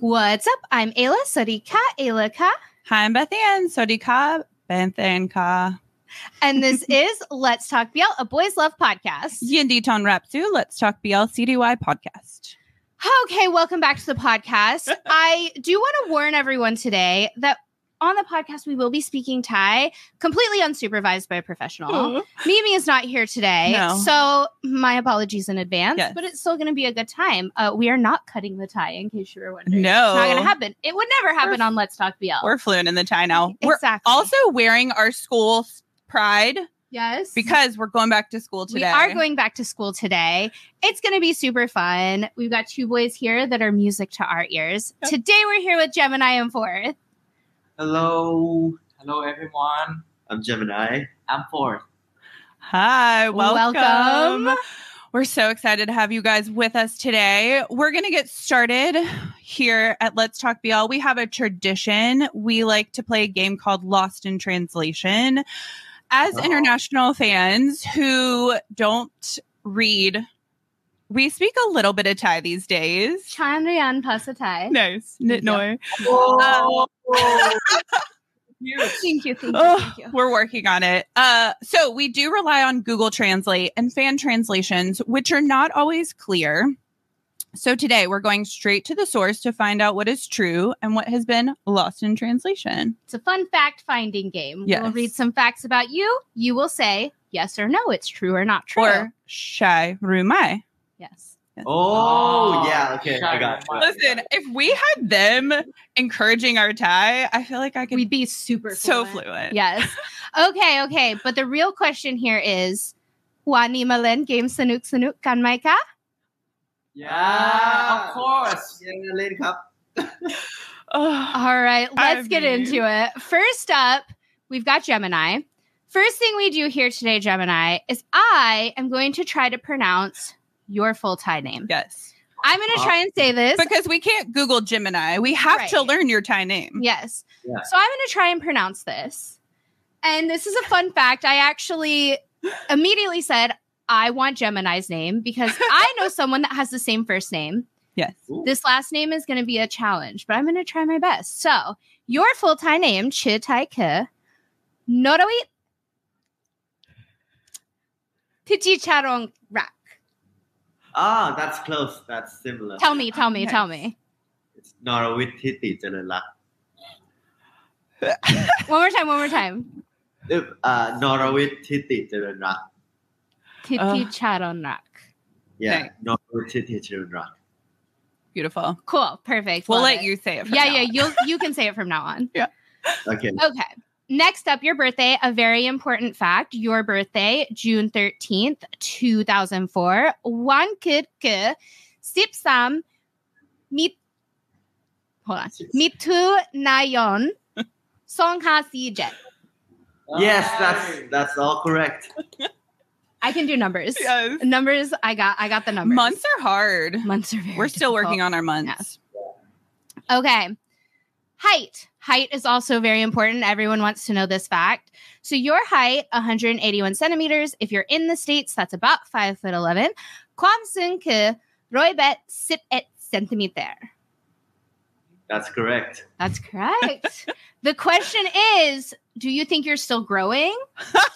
What's up? I'm Ayla Sadika Aylaka, Hi, I'm Beth Ann. Sodika Benthanka. and this is Let's Talk BL, a boys' love podcast. Yindi Ton Rapsu. Let's talk BL CDY podcast. Okay, welcome back to the podcast. I do want to warn everyone today that on the podcast we will be speaking Thai completely unsupervised by a professional. Mimi is not here today, No. so my apologies in advance. Yes. But it's still going to be a good time. Uh, we are not cutting the tie, in case you were wondering. No. it's not going to happen. It would never happen on Let's Talk BL. We're fluent in the Thai now. We're exactly. also wearing our school pride yes, because we're going back to school today. We are going back to school today. It's going to be super fun. We've got two boys here that are music to our ears. Yep. Today we're here with Gemini and Fourth. Hello. Hello, everyone. I'm Gemini. I'm fourth. Hi, welcome. Welcome. We're so excited to have you guys with us today. We're going to get started here at Let's Talk BL. We have a tradition. We like to play a game called Lost in Translation. As Oh. international fans who don't read, we speak a little bit of Thai these days. Chandrayan Pasatai. Nice. Nit noi. Oh. Cute. Thank you, thank you, Oh, thank you. We're working on it. Uh, so we do rely on Google Translate and fan translations, which are not always clear. So today we're going straight to the source to find out what is true and what has been lost in translation. It's a fun fact finding game. Yes. We'll read some facts about you. You will say yes or no, it's true or not true. Or shy rumai. yes. Oh, yeah, okay, Shy I got Rumai. Listen, if we had them encouraging our Thai, I feel like I could We'd be be super so fluent. Yes. Okay, okay. But the real question here is Wani Malen game Sanuk Sanuk Kanmaika? Yeah, of course. Yeah, later, cup. Ugh. All right, I let's get mean- into it. First up, we've got Gemini. First thing we do here today, Gemini, is I am going to try to pronounce your full Thai name. yes. I'm going to Uh, try and say this. Because we can't Google Gemini. We have to Right. learn your Thai name. Yes. Yeah. So I'm going to try and pronounce this. And this is a fun fact. I actually immediately said, I want Gemini's name because I know someone that has the same first name. Yes. Ooh. This last name is going to be a challenge, but I'm going to try my best. So, your full Thai name, Chi Tai Ke, Noroi Tiji Charong Rak. Ah, that's close. That's similar. Tell me, tell me, Nice. tell me. It's Norwititi Janala. One more time, one more time. Uh, Norwititi Janala. Titi Charong Rak. Yeah, Thanks. Norwititi Janala. Beautiful. Cool, perfect. We'll Love let it. you say it. from Yeah, now yeah, on. you'll you can say it from now on. Okay. Okay. Next up, your birthday, a very important fact. Your birthday, June 13th, 2004. One kid ke sip sam meet hold on. Meet two nayon song ha si jet. Yes, that's that's all correct. I can do numbers. Yes. Numbers, I got I got the numbers. Months are hard. Months are very We're still difficult. working on our Yes. months. Okay. Height. Height is also very important. Everyone wants to know this fact. So your height, 181 centimeters. If you're in the States, that's about five foot eleven. Kwamsun ke roibet sit et centimeter. That's correct. That's correct. the question is, do you think you're still growing?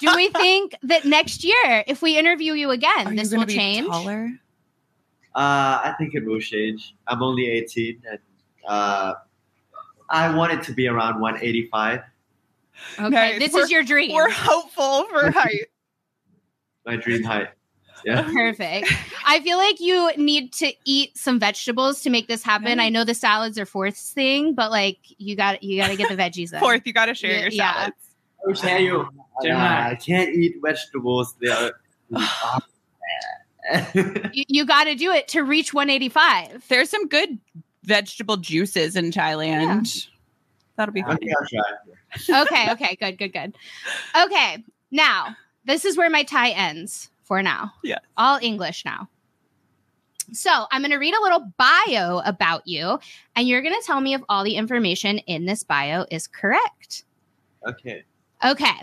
Do we think that next year, if we interview you again, Are you this gonna will be change? taller? Uh, I think it will change. I'm only 18, and uh, I want it to be around 185. Okay, Nice. this We're- is your dream. We're hopeful for height. My dream height. Yeah. Perfect. I feel like you need to eat some vegetables to make this happen. I know the salads are fourth thing, but like you got you got to get the veggies in. Fourth, you got to share your Yeah. salads. I'll share you. Gemini. I can't eat vegetables. They are. uh, You, you got to do it to reach 185. There's some good vegetable juices in Thailand. That'll be fun. Okay, I'll try. Okay, okay, good, good, good. Okay, now this is where my tie ends for now. Yes. all English now. So I'm going to read a little bio about you, and you're going to tell me if all the information in this bio is correct. Okay. Okay.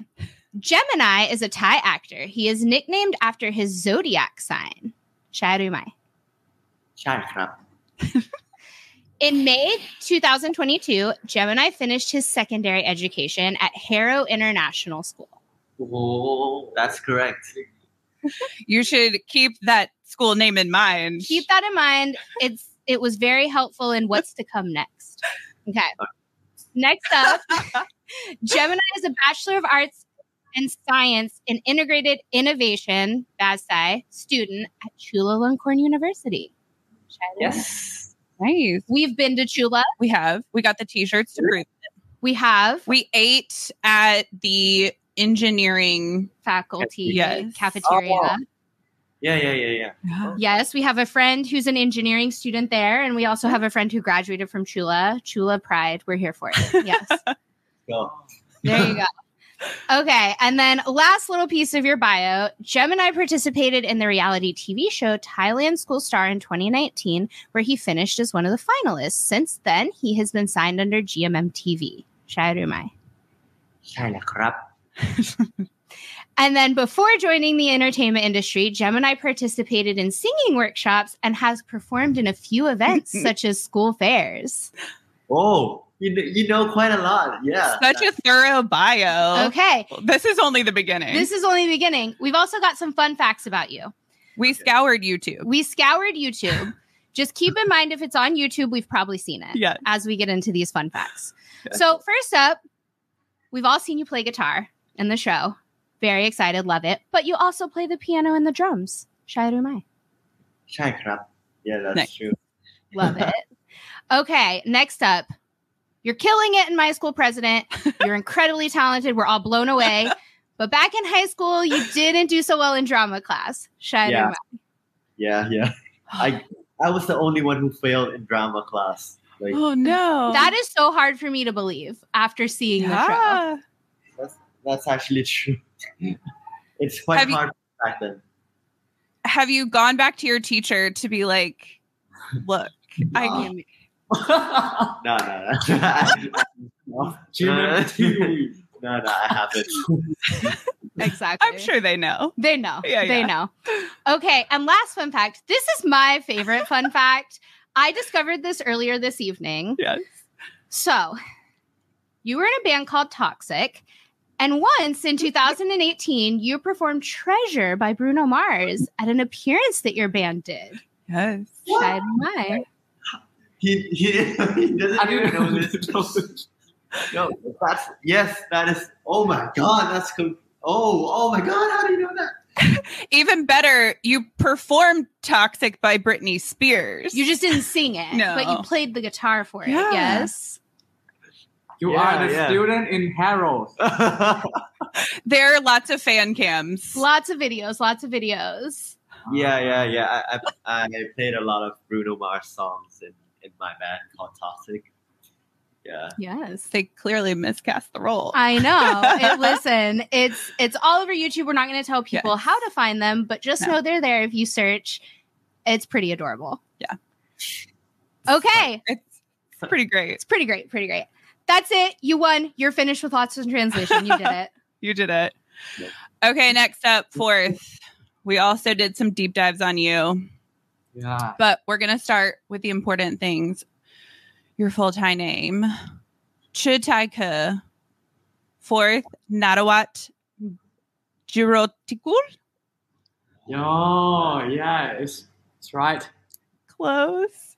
Gemini is a Thai actor. He is nicknamed after his zodiac sign, Charumai. Chai crap. In May 2022, Gemini finished his secondary education at Harrow International School. Oh, That's correct. You should keep that school name in mind. Keep that in mind. It's it was very helpful in what's to come next. Okay. Next up, Gemini is a Bachelor of Arts and Science in Integrated Innovation (BASI) student at Chulalongkorn University. yes. nice. We've been to Chula. We have. We got the t-shirts to prove. We have We ate at the engineering. faculty Yes. cafeteria. Oh. Yeah, yeah, yeah, yeah. Yes, we have a friend who's an engineering student there, and we also have a friend who graduated from Chula. Chula Pride, we're here for it. Yes, Go. there you go. Okay, and then last little piece of your bio Gemini participated in the reality TV show Thailand School Star in 2019, where he finished as one of the finalists. Since then, he has been signed under GMM TV. Shirumai. ใช่แล้วครับ And then before joining the entertainment industry, Gemini participated in singing workshops and has performed in a few events, such as school fairs. Oh, you, kn- you know quite a lot. Yeah. Such a thorough bio. Okay. This is only the beginning. This is only the beginning. We've also got some fun facts about you. we scoured YouTube. We scoured YouTube. Just keep in mind if it's on YouTube, we've probably seen it Yeah. as we get into these fun facts. So, first up, we've all seen you play guitar in the show. Very excited, love it. But you also play the piano and the drums. Shai Rumai. ใช่ครับ Yeah, that's Nice. true. Love it. Okay, next up. You're killing it in my school president. You're incredibly talented. We're all blown away. But back in high school, you didn't do so well in drama class. Shut Yeah. your mouth. Yeah, yeah. I I was the only one who failed in drama class. Like Oh no. That is so hard for me to believe after seeing the show. yeah. that's that's actually true. it's quite Have you- hard back then. Have you gone back to your teacher to be like, look, I Wow. can No, no, no. Uh, no, GMMTV. no, no, I haven't. Exactly. I'm sure they know. They know. Yeah, they yeah. know. Okay. And last fun fact this is my favorite fun fact. I discovered this earlier this evening. Yes. So, you were in a band called Toxic. And once in 2018, you performed Treasure by Bruno Mars at an appearance that your band did. Yes. Shai Mai. He, he, he doesn't I even didn't know know this. this. No, that's yes, that is. Oh my god, that's com- oh oh my god, how do you know that? Even better, you performed Toxic by Britney Spears. You just didn't sing it, No. but you played the guitar for it. Yeah. Yes. You Yeah, are the yeah. student in Harrow. there are lots of fan cams. Lots of videos, lots of videos. yeah, yeah, yeah. I, I I played a lot of Bruno Mars songs in, in my band called Toxic. Yeah. Yes. they clearly miscast the role. I know. It, listen, it's it's all over YouTube. We're not going to tell people Yes. how to find them, but just No. know they're there if you search. It's pretty adorable. Yeah. Okay. it's it's pretty great. It's pretty great. Pretty great. That's it. You won. You're finished with lots of translation. You did it. You did it. Yep. Okay, next up, fourth. We also did some deep dives on you, Yeah. but we're going to start with the important things. Your full Thai name, Chitaika. Fourth, Natawat Jirotikul. Yo, yeah, it's, it's right. Close.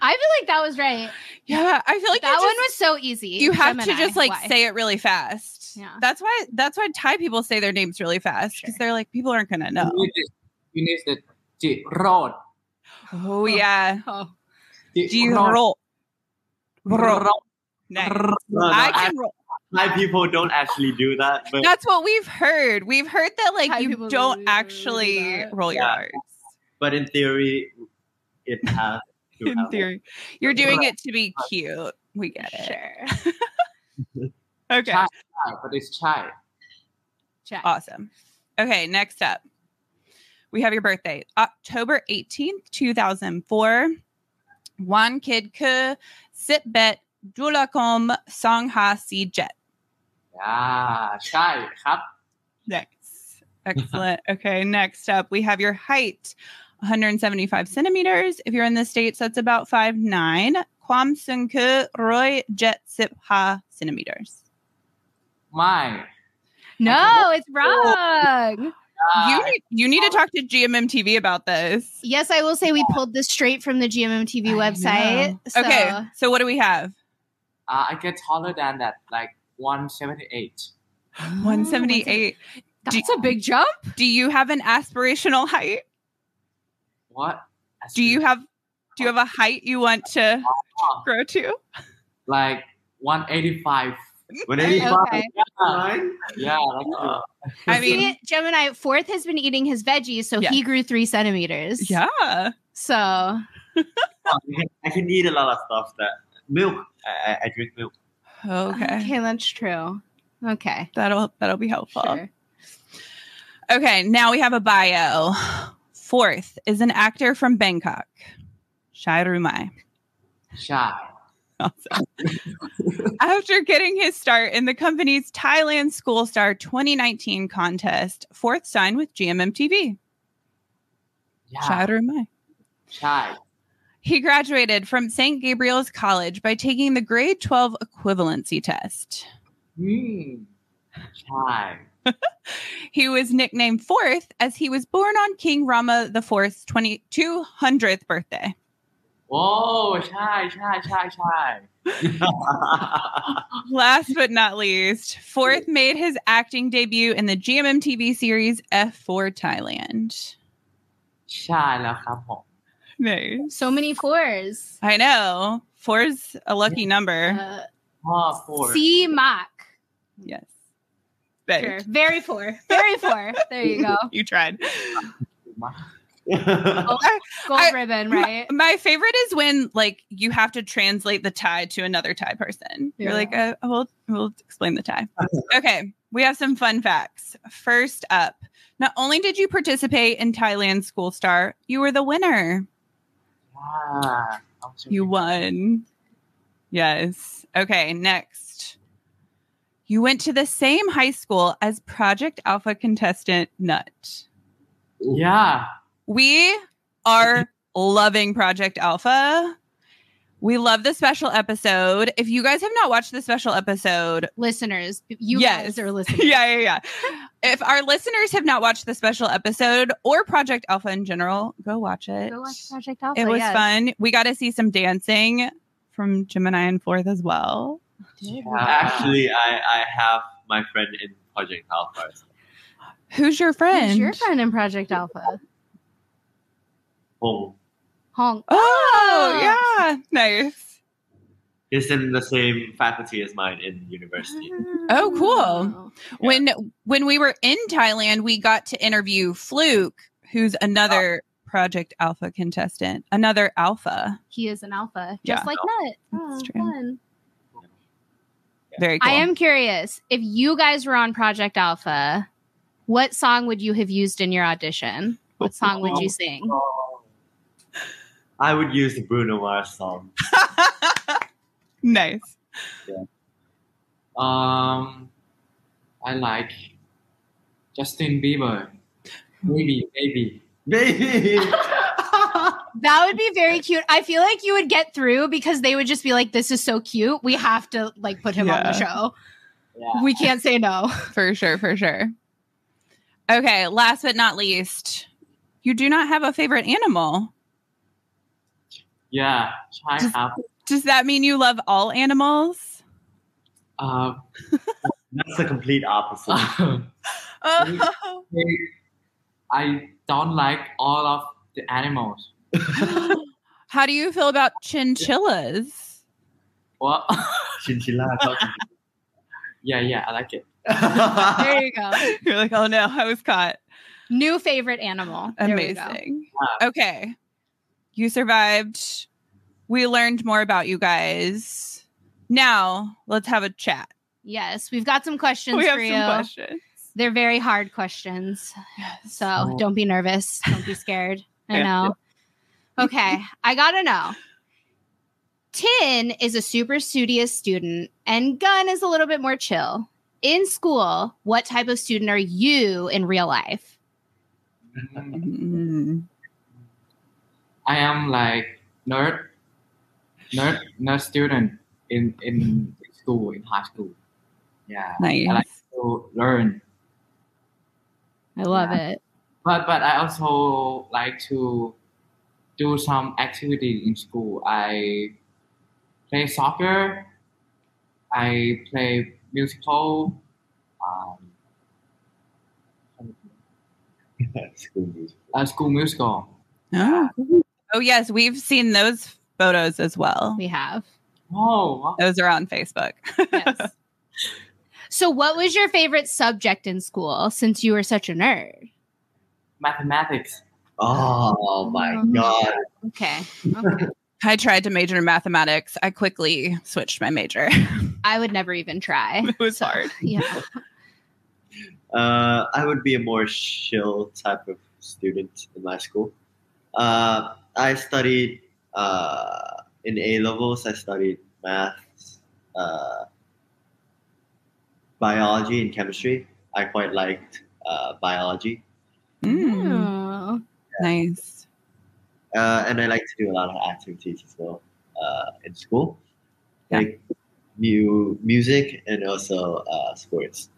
I feel like that was right. Yeah, I feel like that you're one just- was so easy. you have to Gemini. just like Why? say it really fast. Yeah. That's why that's why Thai people say their names really fast because Sure. they're like people aren't gonna know. You need this. You need the Jirod. Mm-hmm. Oh yeah. Oh. Do you roll? Jirod. Nice. Jirod. Mm-hmm. No, no, I I, can roll. Thai people don't actually do that, but That's what we've heard. We've heard that like Thai you people don't really do actually that. roll your Yeah. R's. but in theory, it has. to In happen. theory, you're doing it to be cute. We get it. Sure. Okay. Chai. But it's Chai. Check. Awesome. Okay, next up. We have your birthday, October 18th, 2004. One kid ke sit bet dulakom song ha si jet. Yeah, Chai. Cup. Next. Excellent. okay, next up, we have your height, 175 centimeters. If you're in the States, that's about 5'9. Kwam Sung Ku Roy Jet Sip Ha centimeters. My. No, it's wrong. Uh, you need you need to talk to GMMTV about this. Yes, I will say we pulled this straight from the GMMTV I website. know. Okay, so- so what do we have? Uh, I get taller than that, like 178. Oh, One seventy eight. That's a big jump. Do you have an aspirational height? What? Do you have do you have a height you want to grow to? Like 185. 185. Okay. Oh Fine. Yeah. Like, Uh, I mean, See, Gemini Fourth has been eating his veggies, so Yeah. he grew three centimeters. yeah. So I can- I can eat a lot of stuff that milk. I, I- I drink milk. Okay. okay, that's true. Okay. That'll that'll be helpful. Sure. Okay, now we have a bio. Fourth is an actor from Bangkok. Shai Rumai. shy. Awesome. After getting his start in the company's Thailand School Star 2019 contest, Fourth signed with GMMTV. Shai Yeah. Rumai. Shy. He graduated from St. Gabriel's College by taking the grade 12 equivalency test. Hmm. Shy. He was nicknamed Fourth as he was born on King Rama IV's 20, 200th birthday. Whoa. Shy. Shy. Shy. Shy. Last but not least, Fourth made his acting debut in the GMMTV series F4 Thailand. ใช่แล้วครับผม Nice. So many fours. I know. Four's a lucky number. Uh, พ่อพูด C mock. Yes. Sure. But Very four. Very four. There you go. you tried. ถูกไหม Uh, Gold I- ribbon, right? My favorite is when like you have to translate the tie to another Thai person. You're Yeah. like, uh, we'll we'll explain the tie. okay, we have some fun facts. First up, not only did you participate in Thailand School Star, you were the winner. อ่าเอาสิ You won. Yes. Okay. Next, you went to the same high school as Project Alpha contestant Nut. yeah We are loving Project Alpha. We love the special episode. If you guys have not watched the special episode, Listeners, you Yes. guys are listening. yeah, yeah, yeah. If our listeners have not watched the special episode or Project Alpha in general, go watch it. Go watch Project Alpha. it was yes. fun. We got to see some dancing from Gemini and Fourth as well. Actually, I, I have my friend in Project Alpha. Who's your friend? Who's your friend in Project Alpha? Hong. Honk. Ah! Oh, yeah. Nice. He's in the same faculty as mine in university. Oh, cool. When when we were in Thailand, we got to interview Fluke, who's another Project Alpha contestant, another Alpha. He is an alpha, Yeah. just like Nut. Oh, That's true. fun. Very cool. I am curious if you guys were on Project Alpha, what song would you have used in your audition? What song would you sing? I would use the Bruno Mars song. nice. um I like Justin Bieber maybe maybe Maybe. That would be very cute. I feel like you would get through because they would just be like, "This is so cute. We have to like put him on Yeah. the show. yeah We can't say no." For sure, for sure. Okay, last but not least, you do not have a favorite animal. yeah ใช่ครับ Does that mean you love all animals? เอ่อ That's the complete opposite. Oh. I don't like all of the animals How do you feel about chinchillas? what Chinchilla. I thought chinchilla. yeah yeah I like it There you go. You're like, oh no, I was caught. New favorite animal. There we go. Amazing. Okay. You survived. We learned more about you guys. Now, let's have a chat. Yes, we've got some questions we have for some you. questions. They're very hard questions. So Oh. don't be nervous. Don't be scared. I Yeah. know. Okay. I got to know. Tin is a super studious student, and Gun is a little bit more chill. In school, what type of student are you in real life? Mm. I am like nerd nerd nerd student in in school in high school. Yeah, Nice. Oh, I like to learn, I love Yeah. it. but but I also like to do some activity in school. I play soccer. I play musical. Um, School music. a school musical. Oh, oh yes, we've seen those photos as well. We have. Oh, wow. Those are on Facebook. Yes. so, what was your favorite subject in school since you were such a nerd? mathematics. Oh my god! Okay. okay. I tried to major in mathematics. I quickly switched my major. I would never even try. it was hard. Yeah. Uh, I would be a more chill type of student in my school. Uh, I studied uh, in A levels. I studied maths, uh, biology, and chemistry. I quite liked uh, biology, Mm, Oh. Nice. uh, and I like to do a lot of activities as well uh, in school, Yeah. like mu- music and also uh, sports.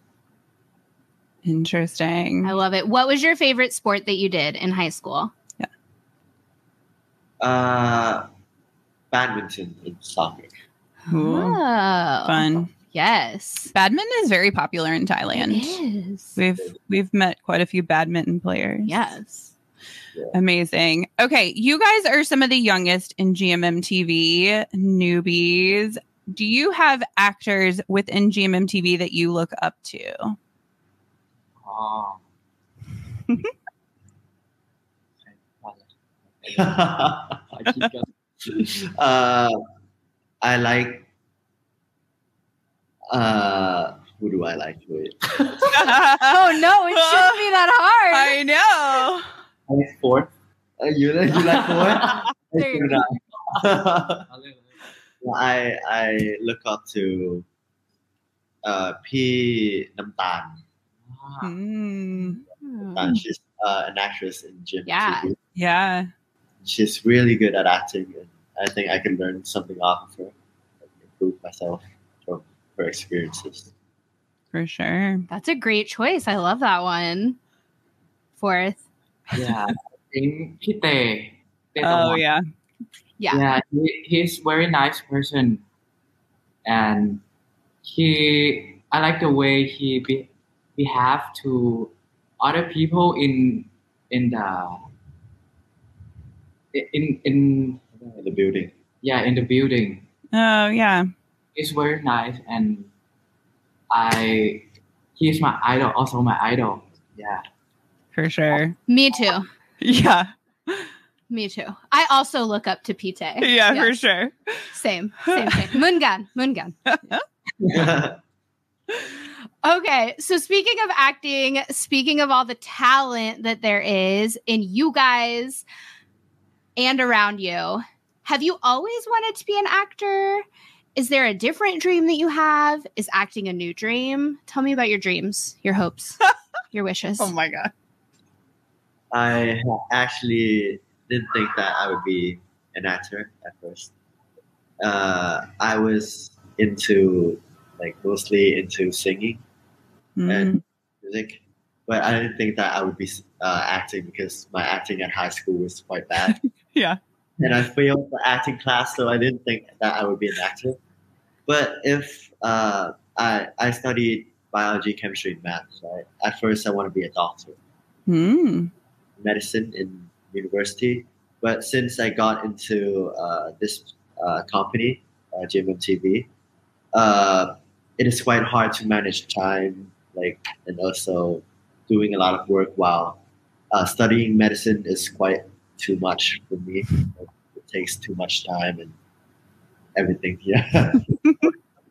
Interesting. I love it. What was your favorite sport that you did in high school? Uh, badminton and soccer. Cool. Oh. Fun. Yes. Badminton is very popular in It Thailand. is. We've we've met quite a few badminton players. Yes. Amazing. Okay, you guys are some of the youngest in GMMTV newbies. Do you have actors within GMMTV that you look up to? Oh. I keep going. uh, I like. Uh, who do I like? Wait, Oh no, it shouldn't be that hard. I know. I like four. Uh, you like you like four? I There you do not. I I look up to. Uh, P. Namtan. Ah, Mm, Hmm. Namtan. She's uh, an actress in gym. Yeah. TV. yeah. She's really good at acting, and I think I can learn something off of her, and improve myself from her experiences. For sure. That's a great choice. I love that one. Fourth. yeah. I think Pite. Oh yeah. yeah. yeah he, he's very nice person. And he, I like the way he be, behave to other people in, in the, in, in, In the building. yeah, in the building. Oh yeah. It's very nice and I he's my idol, also my idol. Yeah. For sure. Me too. Yeah. Me too. I also look up to Pite. Yeah, for sure. Same. Same thing. Mungan. Mungan. Okay, so speaking of acting, speaking of all the talent that there is in you guys and around you, have you always wanted to be an actor? Is there a different dream that you have? Is acting a new dream? Tell me about your dreams, your hopes, your wishes. Oh my god. I actually didn't think that I would be an actor at first. Uh, I was into like mostly into singing Mm. music, but I didn't think that I would be uh, acting because my acting at high school was quite bad. Yeah. and I failed the acting class, so I didn't think that I would be an actor. But if uh, I I studied biology, chemistry, and math, right? At first, I want to be a doctor Mm. medicine in university. But since I got into uh, this uh, company, uh, JMMTV, uh, it is quite hard to manage time, like, and also doing a lot of work while uh, studying medicine is quite too much for me. It takes too much time and everything. Yeah,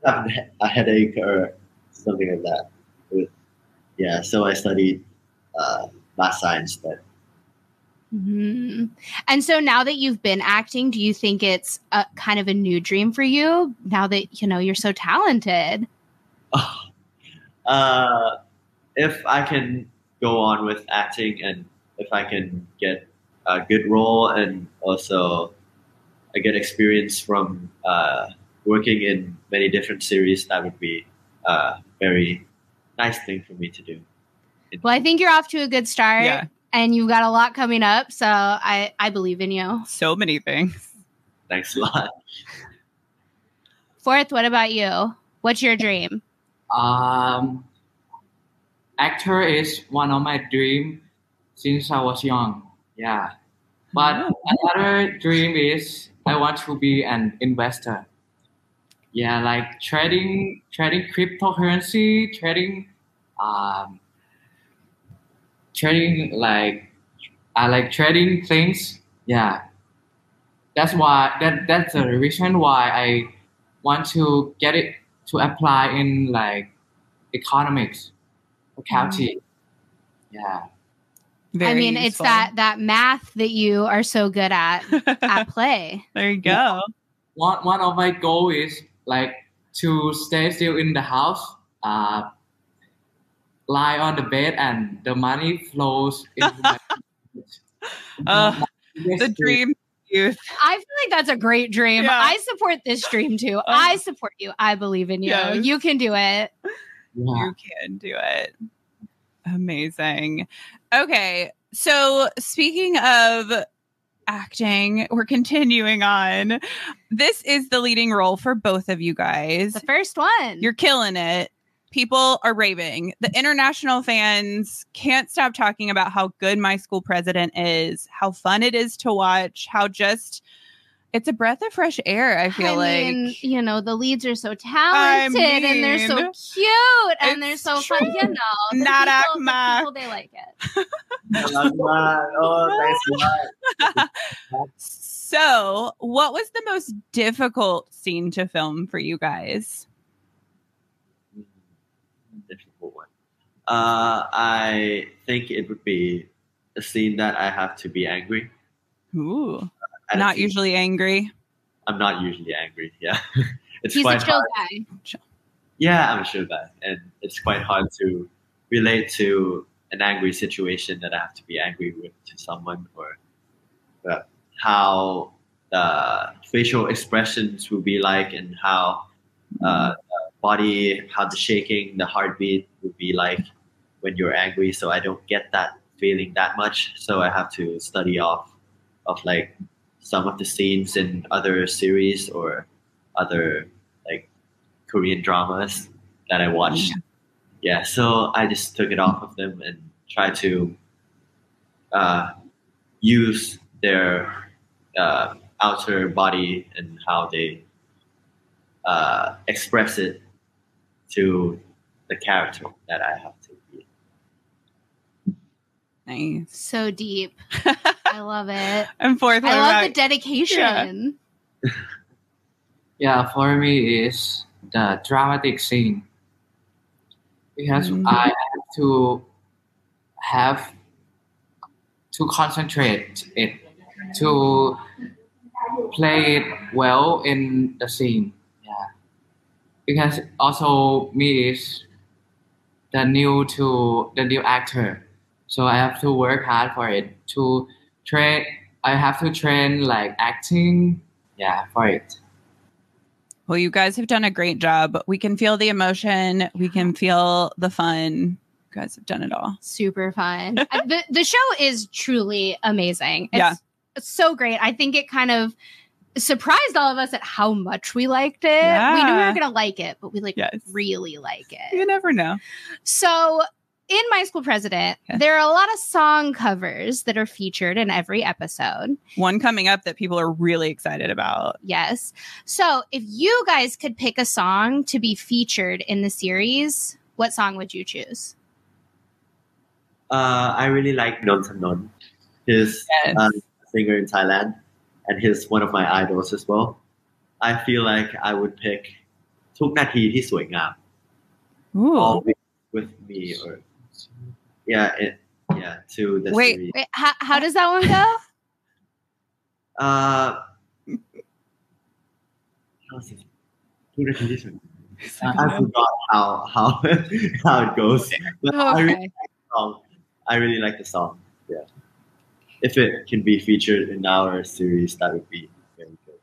Have a headache or something like that. With- Yeah, so I studied uh, math science, but Mhm. And so now that you've been acting, do you think it's a kind of a new dream for you now that you know you're so talented? uh, if I can go on with acting and if I can get a good role and also I get experience from uh, working in many different series, that would be a very nice thing for me to do. Well, I think you're off to a good start Yeah. and you've got a lot coming up. So I, I believe in you. So many things. Thanks a lot. Fourth, what about you? What's your dream? Um, actor is one of my dream since I was young. Yeah, Uh, but another dream is I want to be an investor. Yeah, like trading, trading cryptocurrency, trading, um, trading like I like trading things. Yeah, that's why that that's the reason why I want to get it to apply in like economics, accounting. Yeah, I Very mean, it's useful. that that math that you are so good at at play. there you go. one one of my goal is like to stay still in the house, uh, lie on the bed, and the money flows into my. Uh, Yes, the dream youth. I feel like that's a great dream. Yeah. I support this dream too. I support you. I believe in you. Yes. You can do it. Yeah. You can do it. Amazing. Okay. So, speaking of acting, we're continuing on. This is the leading role for both of you guys. The first one. You're killing it. People are raving. The international fans can't stop talking about how good my school president is, how fun it is to watch, how just it's a breath of fresh air. I feel like mean, you know, the leads are so talented and they're so mean, cute and they're it's so fun. true. You know, the Not people, the Akma. people, they like it. Thanks a lot. Oh, thanks a lot. So, what was the most difficult scene to film for you guys? difficult one. Uh, I think it would be a scene that I have to be angry. Ooh, at a not scene. usually angry. I'm not usually angry. Yeah, it's He's a quite chill hard. guy. Yeah, I'm sure that, and it's quite hard to relate to an angry situation that I have to be angry with to someone, or uh, how the facial expressions will be like, and how uh, the body, how the shaking, the heartbeat would be like when you're angry. So I don't get that feeling that much. So I have to study off of like some of the scenes in other series or other like Korean dramas that I watched. Yeah, so I just took it off of them and tried to uh, use their uh, outer body and how they uh, express it to the character that I have to be. Nice. So deep. I love it. And fourth, I what love the about- dedication. Yeah, for me is the dramatic scene because Mhm. I have to have to concentrate it to play it well in the scene. Yeah, because also me is the new to the new actor, so I have to work hard for it to train. I have to train like acting. Yeah, for it. well, you guys have done a great job. We can feel the emotion, we can feel the fun. You guys have done it all. super fun. I- the the show is truly amazing. It's, Yeah. it's so great. I think it kind of surprised all of us at how much we liked it. We knew we Yeah. were gonna like it, but we like Yes. really like You it. never know. So in My School President, Yeah. there are a lot of song covers that are featured in every episode. One coming up that people are really excited about. Yes. So if you guys could pick a song to be featured in the series, what song would you choose? Uh, I really like Non Sanon. His Yes. um, singer in Thailand, and he's one of my idols as well. I feel like I would pick ทุกนาทีที่สวยงาม Ooh. always with me or yeah it, yeah to the Wait. series. Wait, how, how does that one go? Uh, how is it? Who did this one? I forgot how how how it goes. But I really Okay. song. I really like the song. Yeah. If it can be featured in our series, that would be very good.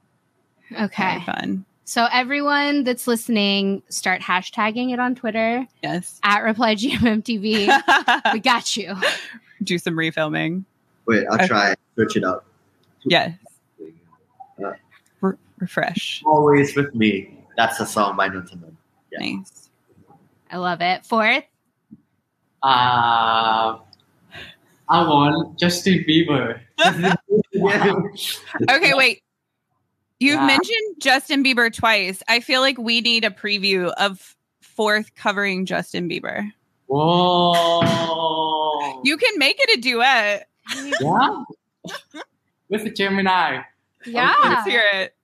Okay. Very fun. So everyone that's listening, start hashtagging it on Twitter Yes. at reply GMMTV. we got you. Do some refilming. Wait, I'll Okay. try search it up. Yes. Re- refresh. Always with me. That's a song by Nuntaman. Yeah. Nice. I love it. Fourth. Uh, I want Justin Bieber. Okay, wait. You've Yeah. mentioned Justin Bieber twice. I feel like we need a preview of fourth covering Justin Bieber. Whoa. You can make it a duet. yeah. With the Gemini. Yeah. Oh, Let's hear it.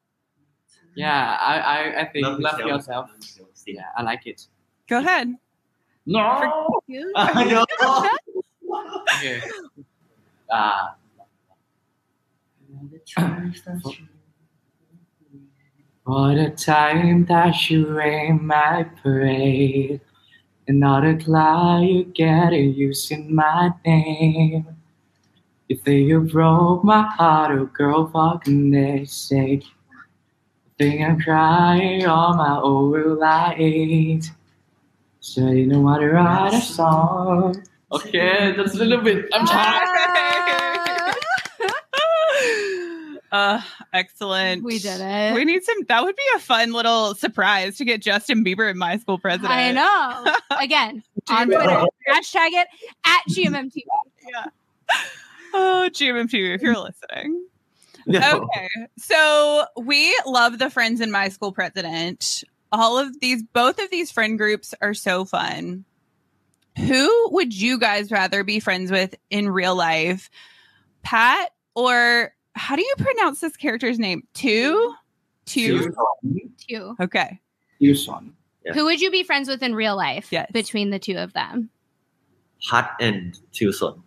Yeah, I, I, I think love, yourself. Yeah, I like it. Go ahead. No. I know. Okay. Uh, for the time that you rain my parade, another cloud you get using my name. You think you broke my heart, oh girl, fucking they say. Think I'm crying on my own light. So you know how to write a song. Okay, Eh, that's a little bit. I'm trying. Uh, excellent. we did it. We need some. That would be a fun little surprise to get Justin Bieber in my school president. I know. Again, on GMMTV. Twitter, hashtag it at GMMTV. Oh, GMMTV, if you're listening. No. Okay. So we love the Friends in My School President. All of these, both of these friend groups are so fun. Who would you guys rather be friends with in real life? Pat or how do you pronounce this character's name? Two? Two? Two. Okay. You son. Yeah. Who would you be friends with in real life Yes. between the two of them? Hot and Tucson.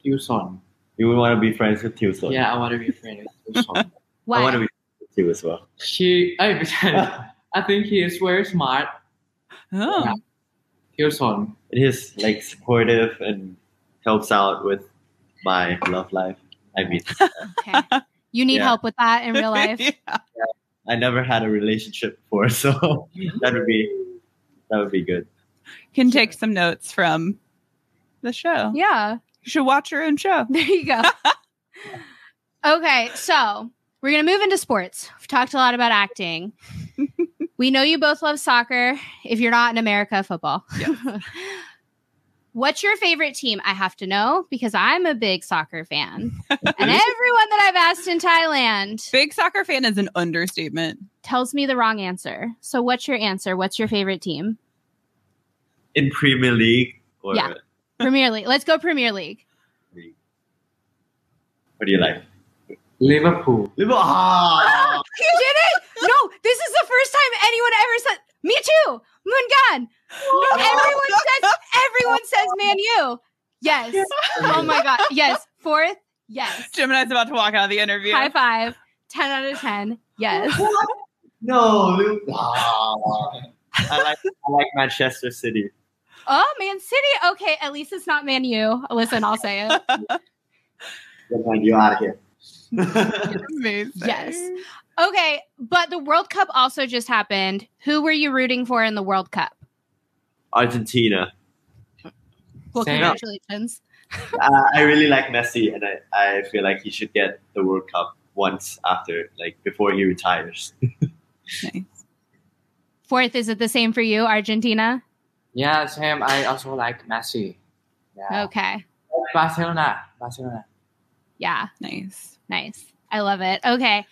You son. You would want to be friends with Tucson. Yeah, I want to be friends with you son. Oh, I Why? want to be friends with you as well. she, I, I think he is very smart. Oh. You son. It is like supportive and helps out with my love life. I mean, okay. You need Yeah. help with that in real life. Yeah. I never had a relationship before, so Mm-hmm. that would be that would be good. Can take some notes from the show. yeah. You should watch your own show. There you go. okay, so we're gonna move into sports. We've talked a lot about acting. we know you both love soccer. If you're not in America, football. What's your favorite team? I have to know because I'm a big soccer fan. and everyone that I've asked in Thailand Big soccer fan is an understatement. tells me the wrong answer. So what's your answer? What's your favorite team? In Premier League or Yeah. Premier League. Let's go Premier League. what do you like? Liverpool. Liverpool. Ah! Oh, You did it! No, this is the first time anyone ever said me too. Mungan. Everyone says Oh. everyone says Man U. Yes. Oh my god. Yes. Fourth. Yes. Gemini's about to walk out of the interview. High five. Ten out of ten. Yes. No, Liverpool. Ah. I like I like Manchester City. Oh, Man City. Okay, at least it's not Man U. Listen, I'll say it. Get Man U out of here. Amazing. Yes. Okay, but the World Cup also just happened. Who were you rooting for in the World Cup? Argentina. Well, Same. congratulations. Uh, I really like Messi, and I, I feel like he should get the World Cup once after, like before he retires. Fourth, is it the same for you, Argentina? Yeah, same. I also like Messi. Yeah. Okay. Barcelona. Barcelona. Yeah. Nice. Nice. I love it. Okay.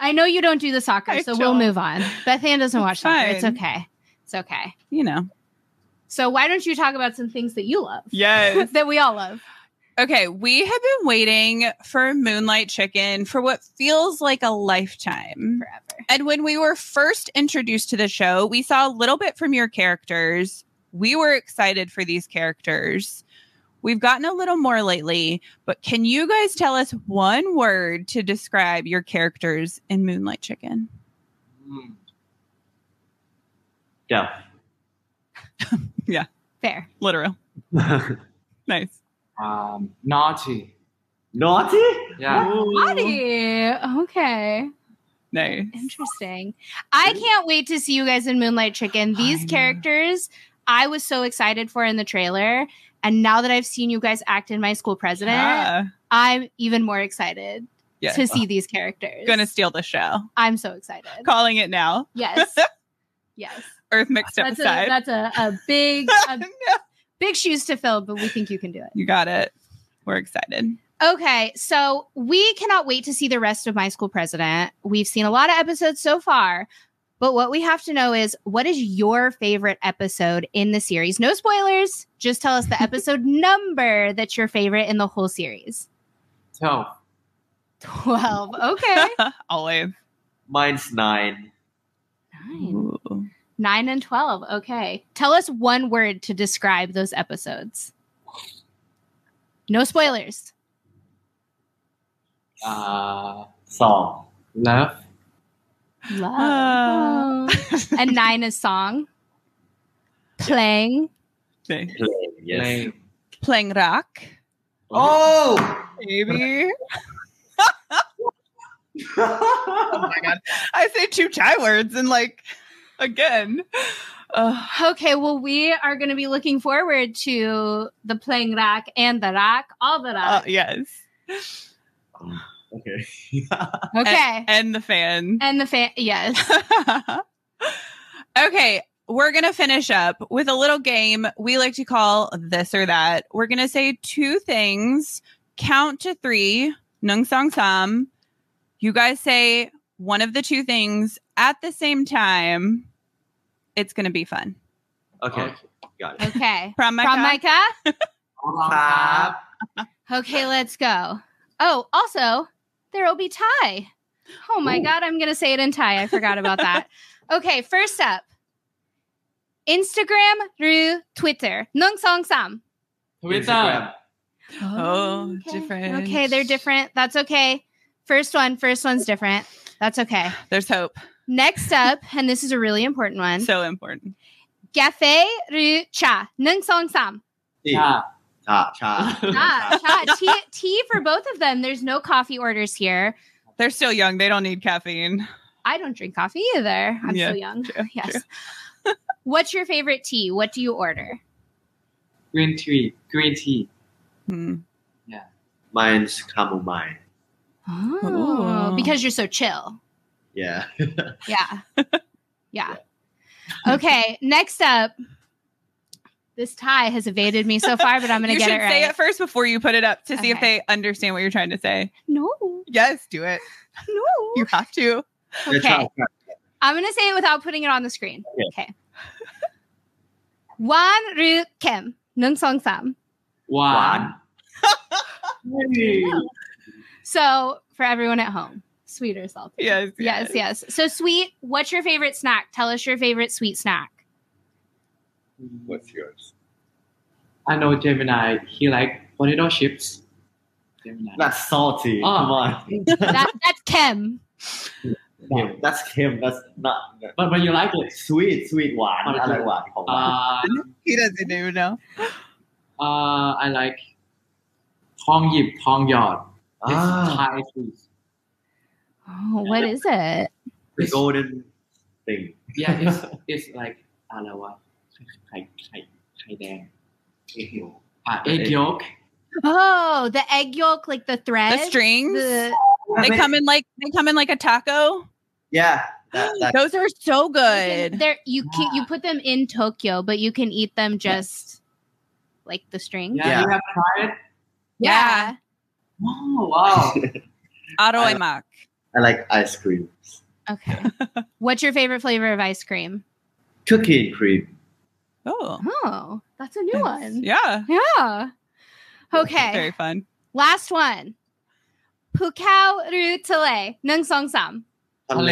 I know you don't do the soccer, I so we'll don't. move on. Beth Ann doesn't It's watch soccer. It's fine. okay. It's okay. You know. So why don't you talk about some things that you love? Yes. that we all love. okay, we have been waiting for Moonlight Chicken for what feels like a lifetime. Forever. And when we were first introduced to the show, we saw a little bit from your characters. We were excited for these characters. We've gotten a little more lately, but can you guys tell us one word to describe your characters in Moonlight Chicken? Mm. Yeah. Fair. Literal. Nice. Um, naughty. Naughty? Yeah. Naughty. Okay. Nice. Interesting. I can't wait to see you guys in Moonlight Chicken. I These know. characters I was so excited for in the trailer. And now that I've seen you guys act in my school president, Yeah. I'm even more excited Ah, Yes. to see these characters. Gonna steal the show. I'm so excited. Calling it now. Yes. yes. Earth mixed That's a, upside. that's a, a big a No. big shoes to fill, but we think you can do it. You got it. We're excited. Okay, so we cannot wait to see the rest of My School President. We've seen a lot of episodes so far, but what we have to know is what is your favorite episode in the series? No spoilers, just tell us the episode number that's your favorite in the whole series. So 12. Okay. Olive. Mine's nine. Nine. Ooh. Nine and 12. Okay. Tell us one word to describe those episodes. No spoilers. uh, Song. love Love. and nine is song. Playing. Thing. Play. Yes. play. Playing rock. Oh. Maybe. oh my god. I say two Thai words and like again. Uh, Okay, well, we are going to be looking forward to the playing rock and the rock, all the uh, rock. yes. Okay. okay. And, And the fan. the fan, yes. okay, we're going to finish up with a little game we like to call this or that. We're going to say two things, count to three, nung song sam. You guys say one of the two things at the same time. It's going to be fun. Okay. Got it. Okay. Prom Micah? From Micah. Crap. Okay, let's go. Oh, also, there will be Thai. Oh my Ooh. God, I'm going to say it in Thai. I forgot about that. Okay, first up Instagram through Twitter. Nung Song Sam. Twitter. Instagram. Oh, Okay. different. Okay, they're different. That's okay. First one, first one's different. That's okay. There's hope. Next up, and this is a really important one. So important. Cafe ru cha. Nung song sam. Yeah. Cha. Cha. Ah, cha. Tea, tea for both of them. There's no coffee orders here. They're still young. They don't need caffeine. I don't drink coffee either. I'm Yeah, so young. true, yes. true. What's your favorite tea? What do you order? Green tea. Green tea. Hmm. Mine's chamomile. Oh, Ooh. because you're so chill. Yeah. Yeah. Yeah. Okay. Next up. This tie has evaded me so far, but I'm going to You get should it right. say it first before you put it up to see if Okay. they understand what you're trying to say. no, Yes, do it. no. You have to. Yeah, Okay. cha, cha. I'm gonna say it without putting it on the screen. Yeah. Okay. Wan Ru Kim. Nung Song Sam. One. Hey. So for everyone at home, sweet or salty. Yes, Yes, yes. So sweet, what's your favorite snack? Tell us your favorite sweet snack. What's yours? I know Gemini. He like potato chips. Gemini. That's salty. Oh. Come on. That, that's Kim. Yeah, That's him. That's not. But when you like it, Sweet, sweet one. I like one. Hold on. uh, He doesn't even know. uh, I like Tong Yip Tong Yod. It's ah, Thai food. Oh, what is it? the golden thing. Yeah, it's it's likeอะไรวะไข่ไข่ไข่แดงเอ็กยกอ่ะเอ็กยก Oh, the egg yolk, like the thread. The strings. The- they come in like they come in like a taco. Yeah. That, that, Those are so good. They're, you can, you put them in Tokyo, but you can eat them just like the string. Yeah, Yeah. you have tried it. Yeah. Oh wow. Aroy mak. I like ice cream. Okay. What's your favorite flavor of ice cream? Cookie and cream. Oh. Oh, that's a new one. Yeah. Yeah. Okay. Very fun. Last one. Pukau Ru Tale. Nung Song Sam. Tale.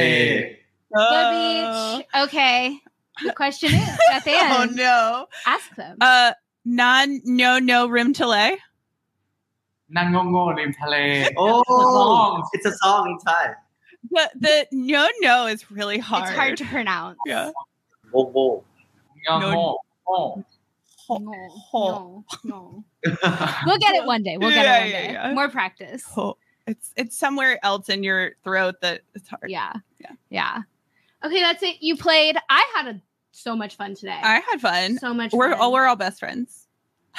The Oh. beach. Okay. The question is, at the Oh end, no. ask them. Uh non no no rim tile. นั่งโง่ๆริมทะเล Oh, it's a song in Thai. The the no no is really hard. It's hard to pronounce. yeah. Wong wong. งอโง่โง่ No, no, no. We'll get it one day. We'll get Yeah, it one yeah, day. yeah. More practice. Oh. It's it's somewhere else in your throat that it's hard. Yeah. Yeah. Yeah. Okay, that's it. You played. I had a, so much fun today. I had fun. so much we're fun. all we're all best friends.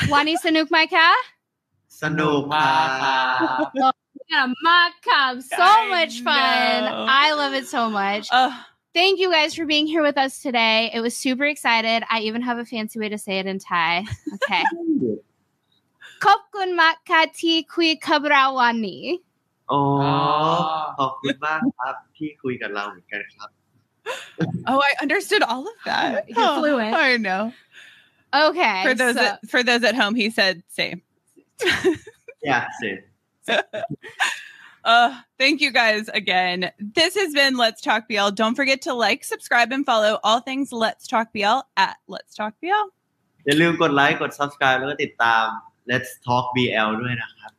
Wani Sanuk Maika. Sano pa. Yeah, mock cup. So I much fun. know. I love it so much. Oh, Thank you guys for being here with us today. It was super excited. I even have a fancy way to say it in Thai. Okay. Kopkun makati kui kabrawani. อ๋อ Oh. ขอบคุณมากครับที่คุยกับเราเหมือนกันครับ oh, I understood all of that. You're Oh, fluent. I know. Okay. For those so- that, for those at home, he said same. Yeah, same. Uh, thank you guys again. This has been Let's Talk BL. Don't forget to like, subscribe, and follow all things Let's Talk BL at Let's Talk BL. อย่าลืมกดไลค์ กด subscribe แล้วก็ติดตาม Let's Talk BL ด้วยนะครับ